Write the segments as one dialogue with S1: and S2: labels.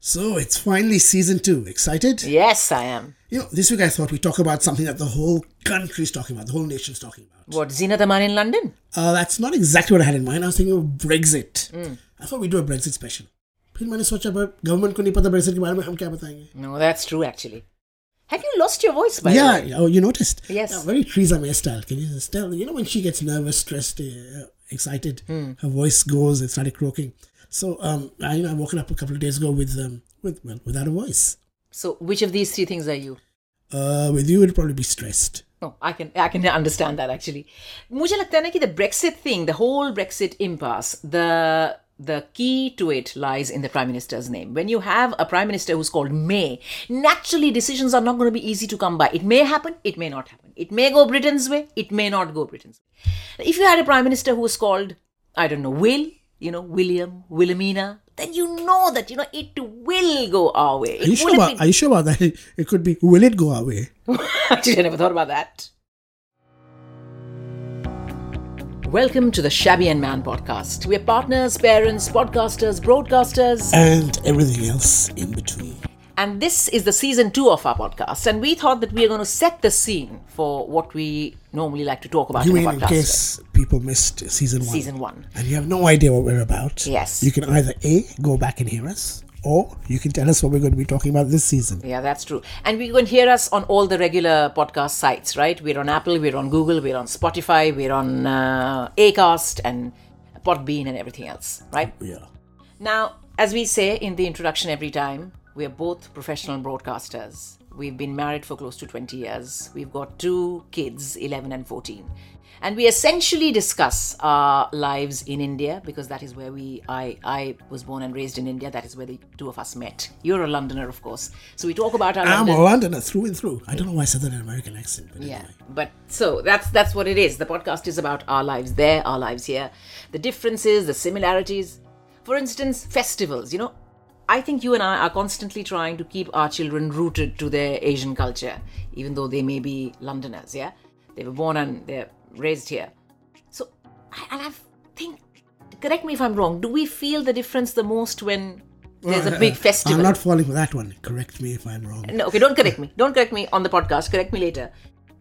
S1: So it's finally season two. Excited?
S2: Yes, I am.
S1: You know, this week I thought we'd talk about something that the whole country's talking about, the whole nation's talking about.
S2: What, Zina Daman in London?
S1: Uh, that's not exactly what I had in mind. I was thinking of Brexit.
S2: Mm.
S1: I thought we'd do a Brexit special. फिर मैंने सोचा but government को नहीं पता Brexit के बारे में हम क्या बताएंगे
S2: No, that's true, actually. Have you lost your voice, by the way?
S1: Yeah, oh, you noticed.
S2: Yes.
S1: Yeah, very Theresa May style. Can you just tell? You know, when she gets nervous, stressed, uh, excited,
S2: Hmm.
S1: her voice goes and started croaking. So, um, I, you know, I woken up a couple of days ago with, um, with well, without a voice.
S2: So, which of these three things are you?
S1: Uh, with you, it'd probably be stressed.
S2: No, Oh, I can I can understand that actually. मुझे लगता है ना कि the Brexit thing, the whole Brexit impasse, the the key to it lies in the prime minister's name. When you have a prime minister who's called May, naturally decisions are not going to be easy to come by. It may happen, it may not happen. It may go Britain's way, it may not go Britain's way. If you had a prime minister who was called, I don't know, Will, you know, William, Wilhelmina, then you know that you know it will go our way.
S1: Are you sure about? Are you sure about that? It, it could be. Will it go our way?
S2: Actually, I never thought about that. Welcome to the Shabby and Man podcast. We're partners, parents, podcasters, broadcasters,
S1: And everything else in between.
S2: and this is the season two of our podcast. And we thought that we are going to set the scene for what we normally like to talk about
S1: You
S2: in
S1: mean
S2: a
S1: in
S2: podcast.
S1: case people missed season one?
S2: Season one.
S1: And you have no idea what we're about.
S2: Yes.
S1: You can either A, go back and hear us, or you can tell us what we're going to be talking about this season.
S2: Yeah, that's true. And you can hear us on all the regular podcast sites, right? We're on Apple, we're on Google, we're on Spotify, we're on uh, Acast and Podbean and everything else, right?
S1: Yeah.
S2: Now, as we say in the introduction every time, we are both professional broadcasters. We've been married for close to 20 years. We've got two kids, 11 and 14. And we essentially discuss our lives in India because that is where we I I was born and raised in India. That is where the two of us met. You're a Londoner, of course. So we talk about our
S1: I'm
S2: London-
S1: a Londoner through and through. I don't know why I said that in an American accent. But
S2: yeah
S1: Anyway.
S2: but so that's that's what it is the podcast is about our lives there our lives here the differences the similarities for instance festivals you know i think you and i are constantly trying to keep our children rooted to their asian culture even though they may be londoners yeah they were born and they're raised here so I- and i think correct me if i'm wrong do we feel the difference the most when there's a big festival
S1: I'm not falling for that one. Correct me if I'm wrong.
S2: no, okay, don't correct me. Don't correct me on the podcast. Correct me later.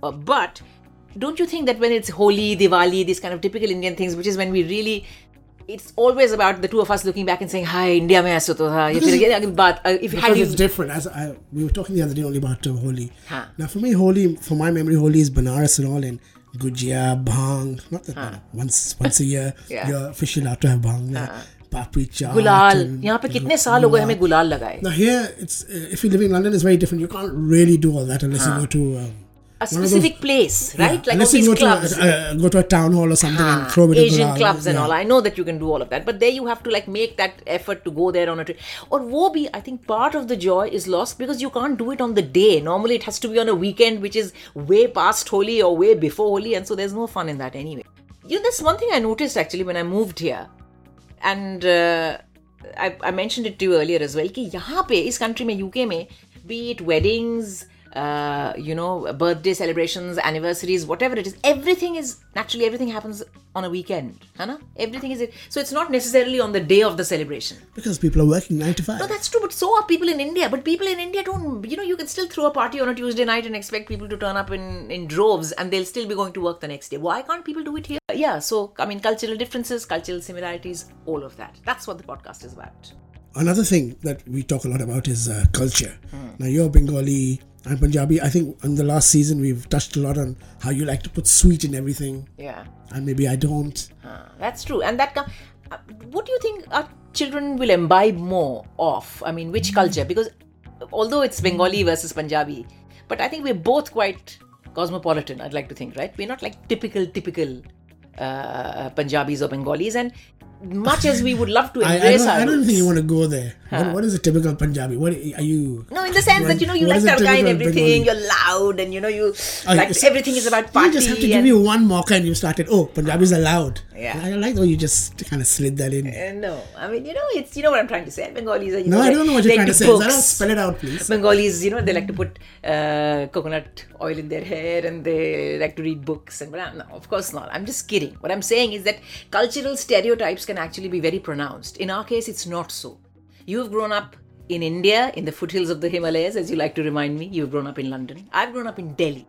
S2: Uh, but don't you think that when it's Holi, Diwali, these kind of typical Indian things, which is when we really, it's always about the two of us looking back and saying, "Hi, India mein aisa to tha." Ya
S1: Because-
S2: fir again, again, baat, uh, if had
S1: Because
S2: you,
S1: it's different. As I, we were talking the other day only about uh, Holi.
S2: Huh.
S1: Now, for me, Holi, for my memory, Holi is Banaras and all, and Gujia, Bhang. Not that once once a year,
S2: Yeah.
S1: you're officially allowed to have Bhang. uh, Papri chaat
S2: गुलाल
S1: and-
S2: यहाँ पे कितने साल हो गए हमें गुलाल लगाए
S1: Now here, it's uh, if you live in London, it's very different. You can't really do all that unless you go to um,
S2: a specific place right like all
S1: unless
S2: these
S1: you go
S2: clubs
S1: to a, a, go to a town hall or something and throw a bit of
S2: Asian
S1: gulal.
S2: clubs and
S1: Yeah.
S2: all. I know that you can do all of that, but there you have to like make that effort to go there on a trip. Or Wobi, I think part of the joy is lost because you can't do it on the day. Normally, it has to be on a weekend, which is way past Holi or way before Holi, and so there's no fun in that anyway. You know, that's one thing I noticed actually when I moved here, and uh, I, I mentioned it to you earlier as well. कि यहाँ पे इस country में UK में be it weddings. Uh, you know, birthday celebrations, anniversaries, whatever it is, everything is naturally everything happens on a weekend, है ना? Everything is so it's not necessarily on the day of the celebration.
S1: Because people are working nine to five.
S2: No, that's true, but so are people in India. But people in India don't, you know, you can still throw a party on a Tuesday night and expect people to turn up in, in droves and they'll still be going to work the next day. Why can't people do it here? Uh, Yeah, so, I mean, cultural differences, cultural similarities, all of that. That's what the podcast is about.
S1: Another thing that we talk a lot about is uh, culture.
S2: Hmm.
S1: Now you're Bengali, I'm Punjabi. I think in the last season we've touched a lot on how you like to put sweet in everything,
S2: Yeah,
S1: and maybe I don't.
S2: uh, that's true. And that, com- uh, what do you think our children will imbibe more of? I mean, which culture? Because although it's Bengali versus Punjabi, but I think we're both quite cosmopolitan, I'd like to think, right? We're not like typical, typical uh, Punjabis or Bengalis. And much as we would love to
S1: I, I,
S2: embrace
S1: don't,
S2: our
S1: I don't
S2: roots-
S1: think you want to go there. What, what is a typical Punjabi? What are you?
S2: no, in the sense that you know you
S1: What
S2: like
S1: is a
S2: tarka in
S1: typical Bengali?
S2: everything, you're loud, and you know you
S1: Oh,
S2: like
S1: yes.
S2: everything is about party.
S1: You just have to give
S2: and-
S1: me one mocker and you started, oh, Punjabis are loud.
S2: Yeah.
S1: I like the way you just kind of slid that in.
S2: Uh, no, I mean you know it's you know what I'm trying to say. Bengalis are you
S1: no,
S2: know,
S1: I
S2: they-
S1: don't know what you're
S2: they
S1: trying to
S2: do
S1: say.
S2: books.
S1: Zara, spell it out, please.
S2: Bengalis, you know, they like to put uh, coconut oil in their hair and they like to read books and blah. No, of course not. I'm just kidding. What I'm saying is that cultural stereotypes can actually be very pronounced. In our case, it's not so. You've grown up in India, in the foothills of the Himalayas, as you like to remind me. You've grown up in London. I've grown up in Delhi.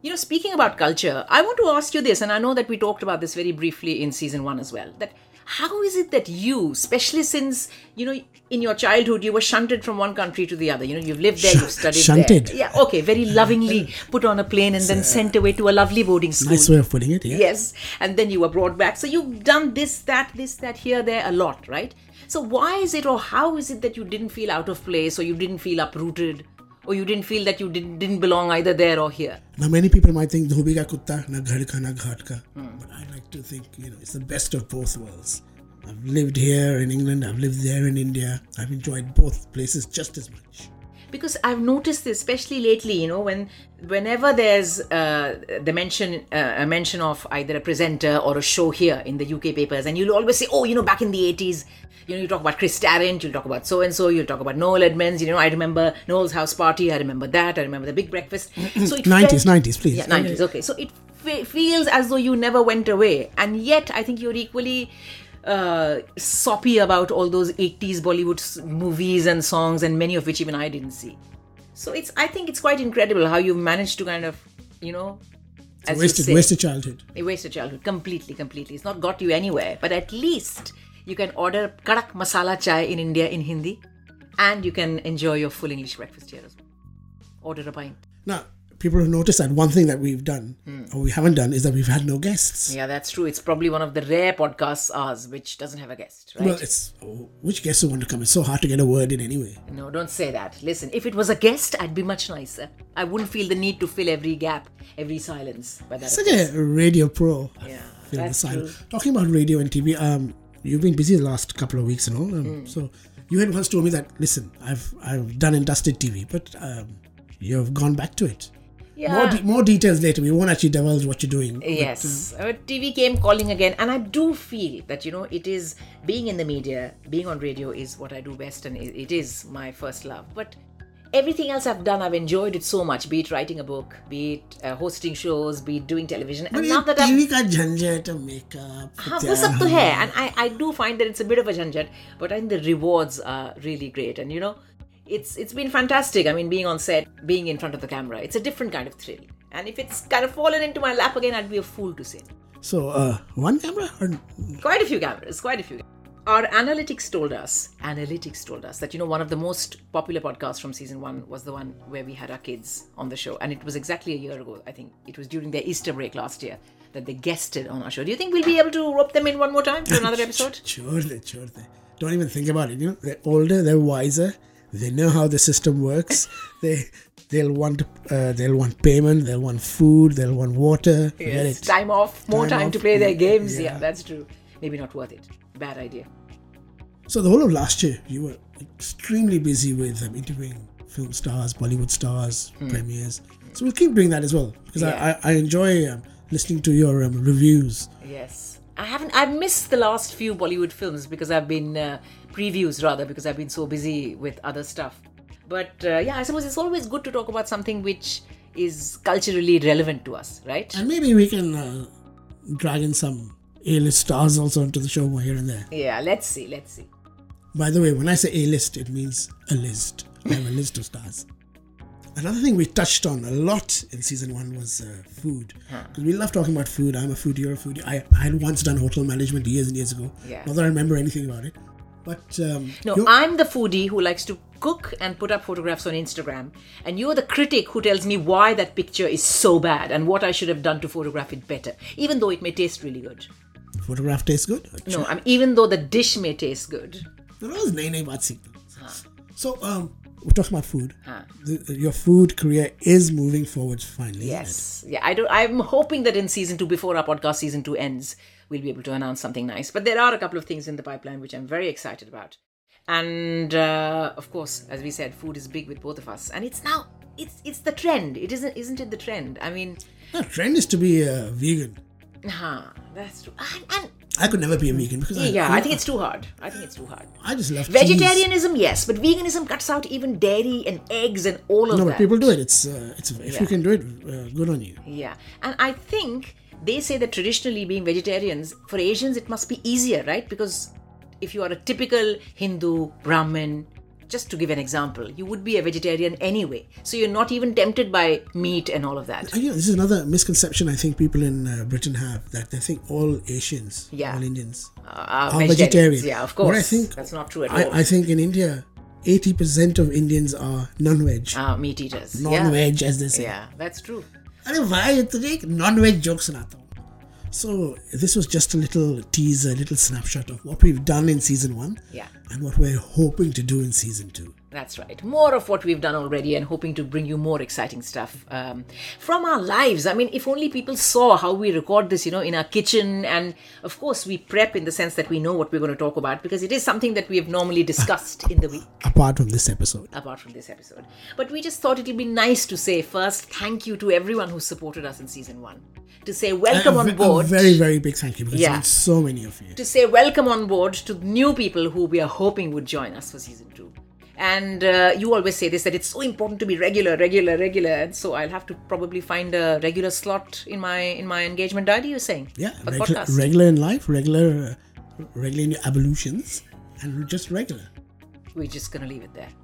S2: You know, speaking about culture, I want to ask you this, and I know that we talked about this very briefly in season one as well. That how is it that you, especially since you know, in your childhood, you were shunted from one country to the other. You know, you've lived there, you've studied
S1: shunted.
S2: there. Yeah, okay, very lovingly put on a plane and then sent away to a lovely boarding school.
S1: Nice way of putting it, yeah.
S2: Yes, and then you were brought back. So you've done this, that, this, that, here, there, a lot, right? So why is it, or how is it that you didn't feel out of place, or you didn't feel uprooted, or you didn't feel that you didn't, didn't belong either there or here?
S1: Now, many people might think dhobi ka kutta, na ghar ka, na ghat ka. But I like to think, you know, it's the best of both worlds. I've lived here in England, I've lived there in India. I've enjoyed both places just as much.
S2: because I've noticed this, especially lately. You know, when whenever there's uh, the mention uh, a mention of either a presenter or a show here in the UK papers, and you'll always say, "Oh, you know, back in the '80s, you know, you talk about Chris Tarrant, you'll talk about so and so, you'll talk about Noel Edmonds. You know, I remember Noel's house party, I remember that, I remember the Big Breakfast." so it
S1: 90s,
S2: felt-
S1: 90s, please.
S2: yeah, 90s. Okay, so it fe- feels as though you never went away, and yet I think you're equally uh, soppy about all those 80s Bollywood s- movies and songs, and many of which even I didn't see. So it's I think it's quite incredible how you've managed to kind of you know as you
S1: Wasted,
S2: say,
S1: wasted childhood.
S2: you wasted childhood completely, completely. It's not got you anywhere, but at least you can order kadak masala chai in India in Hindi, and you can enjoy your full English breakfast here as well. Order a pint.
S1: Now, people have noticed that one thing that we've done, or we haven't done, is that we've had no guests.
S2: Yeah, that's true. It's probably one of the rare podcasts ours which doesn't have a guest, right?
S1: Well, it's oh, which guests who want to come? It's so hard to get a word in anyway.
S2: no, don't say that. Listen, if it was a guest, I'd be much nicer. I wouldn't feel the need to fill every gap, every silence. By that,
S1: Such a radio pro.
S2: yeah,
S1: Feel the
S2: that's
S1: sign.
S2: true.
S1: Talking about radio and TV, um, you've been busy the last couple of weeks and all.
S2: Mm.
S1: Um, So you had once told me that listen, I've I've done and dusted TV, but um, you've gone back to it.
S2: Yeah.
S1: More, de- more details later. We won't actually divulge what you're doing. but,
S2: Yes, Uh, TV came calling again, and I do feel that you know it is being in the media, being on radio is what I do best, and it it is my first love. But everything else I've done, I've enjoyed it so much. Be it writing a book, be it uh, hosting shows, be it doing television,
S1: but
S2: and now that I'm
S1: TV का झंझट makeup
S2: हाँ वो सब तो है and I I do find that it's a bit of a झंझट but I think the rewards are really great and you know it's it's been fantastic I mean being on set being in front of the camera it's a different kind of thrill and if it's kind of fallen into my lap again I'd be a fool to say no.
S1: so uh, one camera or
S2: quite a few cameras quite a few our analytics told us analytics told us that you know one of the most popular podcasts from season one was the one where we had our kids on the show and it was exactly a year ago i think it was during their easter break last year that they guested on our show do you think we'll be able to rope them in one more time to another episode
S1: Sure, they, sure they. Don't even think about it. You know, they're older, they're wiser, they know how the system works. they they'll want uh, they'll want payment, they'll want food, they'll want water. Forget
S2: Yes,
S1: it.
S2: time off, more
S1: Time
S2: time,
S1: off,
S2: to play their
S1: yeah,
S2: games. Yeah.
S1: yeah.
S2: that's true. Maybe not worth it. Bad idea.
S1: So the whole of last year, you were extremely busy with um, interviewing film stars, Bollywood stars, premieres. So we'll keep doing that as well because
S2: Hmm. Yeah.
S1: I, I I enjoy um, listening to your um, reviews.
S2: Yes, I haven't. I've missed the last few Bollywood films because I've been uh, previews rather because I've been so busy with other stuff. But uh, yeah, I suppose it's always good to talk about something which is culturally relevant to us, right?
S1: And maybe we can uh, drag in some A-list stars also onto the show here and there.
S2: Yeah, let's see, let's see.
S1: By the way, when I say A list, it means a list. I have a list of stars. Another thing we touched on a lot in season one was uh, food. Because we love talking about food. I'm a foodie, you're a foodie. I, I had once done hotel management years and years ago.
S2: Yeah.
S1: Not that I remember anything about it. But um,
S2: No,
S1: you're-
S2: I'm the foodie who likes to cook and put up photographs on Instagram, and you're the critic who tells me why that picture is so bad and what I should have done to photograph it better, even though it may taste really good.
S1: photograph tastes good.
S2: No, I'm even though the dish may taste good.
S1: There was nahi nahi baat seekh. So um, we're talking about food.
S2: Huh.
S1: The, uh, your food career is moving forward finally. isn't it?
S2: Yes, yeah. I do. I'm hoping that in season two, before our podcast season two ends, we'll be able to announce something nice. But there are a couple of things in the pipeline which I'm very excited about, and uh, of course, as we said, food is big with both of us, and it's now it's it's the trend. It isn't isn't it the trend? I mean,
S1: The trend is to be uh, vegan.
S2: huh, that's true. And, and
S1: I could never be a vegan because
S2: yeah,
S1: I,
S2: I think it's too hard. I think it's too hard.
S1: I just love cheese.
S2: Vegetarianism, yes, but veganism cuts out even dairy and eggs and all of
S1: No,
S2: that.
S1: but people do it. It's uh, it's if you
S2: Yeah.
S1: can do it, uh, good on you.
S2: Yeah, and I think they say that traditionally being vegetarians for Asians it must be easier, right? Because if you are a typical Hindu, Brahmin, just to give an example, you would be a vegetarian anyway. So you're not even tempted by meat and all of that.
S1: Uh, You know, this is another misconception I think people in uh, Britain have that they think all Asians,
S2: Yeah.
S1: all Indians,
S2: Uh,
S1: are vegetarian.
S2: Yeah, of
S1: But
S2: course.
S1: I think-
S2: That's not true at all.
S1: I, I think in India, 80% of Indians are non-veg.
S2: Ah, meat eaters. Yeah.
S1: Non-veg as they say.
S2: yeah, that's true.
S1: अरे भाई तुझे एक non-veg joke सुनाता हूँ. So this was just a little teaser, a little snapshot of what we've done in season one
S2: Yeah.
S1: and what we're hoping to do in season two.
S2: That's right. More of what we've done already and hoping to bring you more exciting stuff um, from our lives. I mean, if only people saw how we record this, you know, in our kitchen. And of course, we prep in the sense that we know what we're going to talk about because it is something that we have normally discussed in the week
S1: Apart from this episode,
S2: apart from this episode. But we just thought it'd be nice to say first thank you to everyone who supported us in season one, to say welcome
S1: A- a
S2: on
S1: ve- a
S2: board.
S1: very very big thank you because
S2: Yeah.
S1: there's so many of you.
S2: to say welcome on board to new people who we are hoping would join us for season two. And uh, you always say this that it's so important to be regular, regular, regular. And so I'll have to probably find a regular slot in my in my engagement diary. You're saying,
S1: Yeah,
S2: for the
S1: regular,
S2: podcast.
S1: regular in life, regular, uh, regular in your ablutions, and just regular.
S2: We're just gonna leave it there.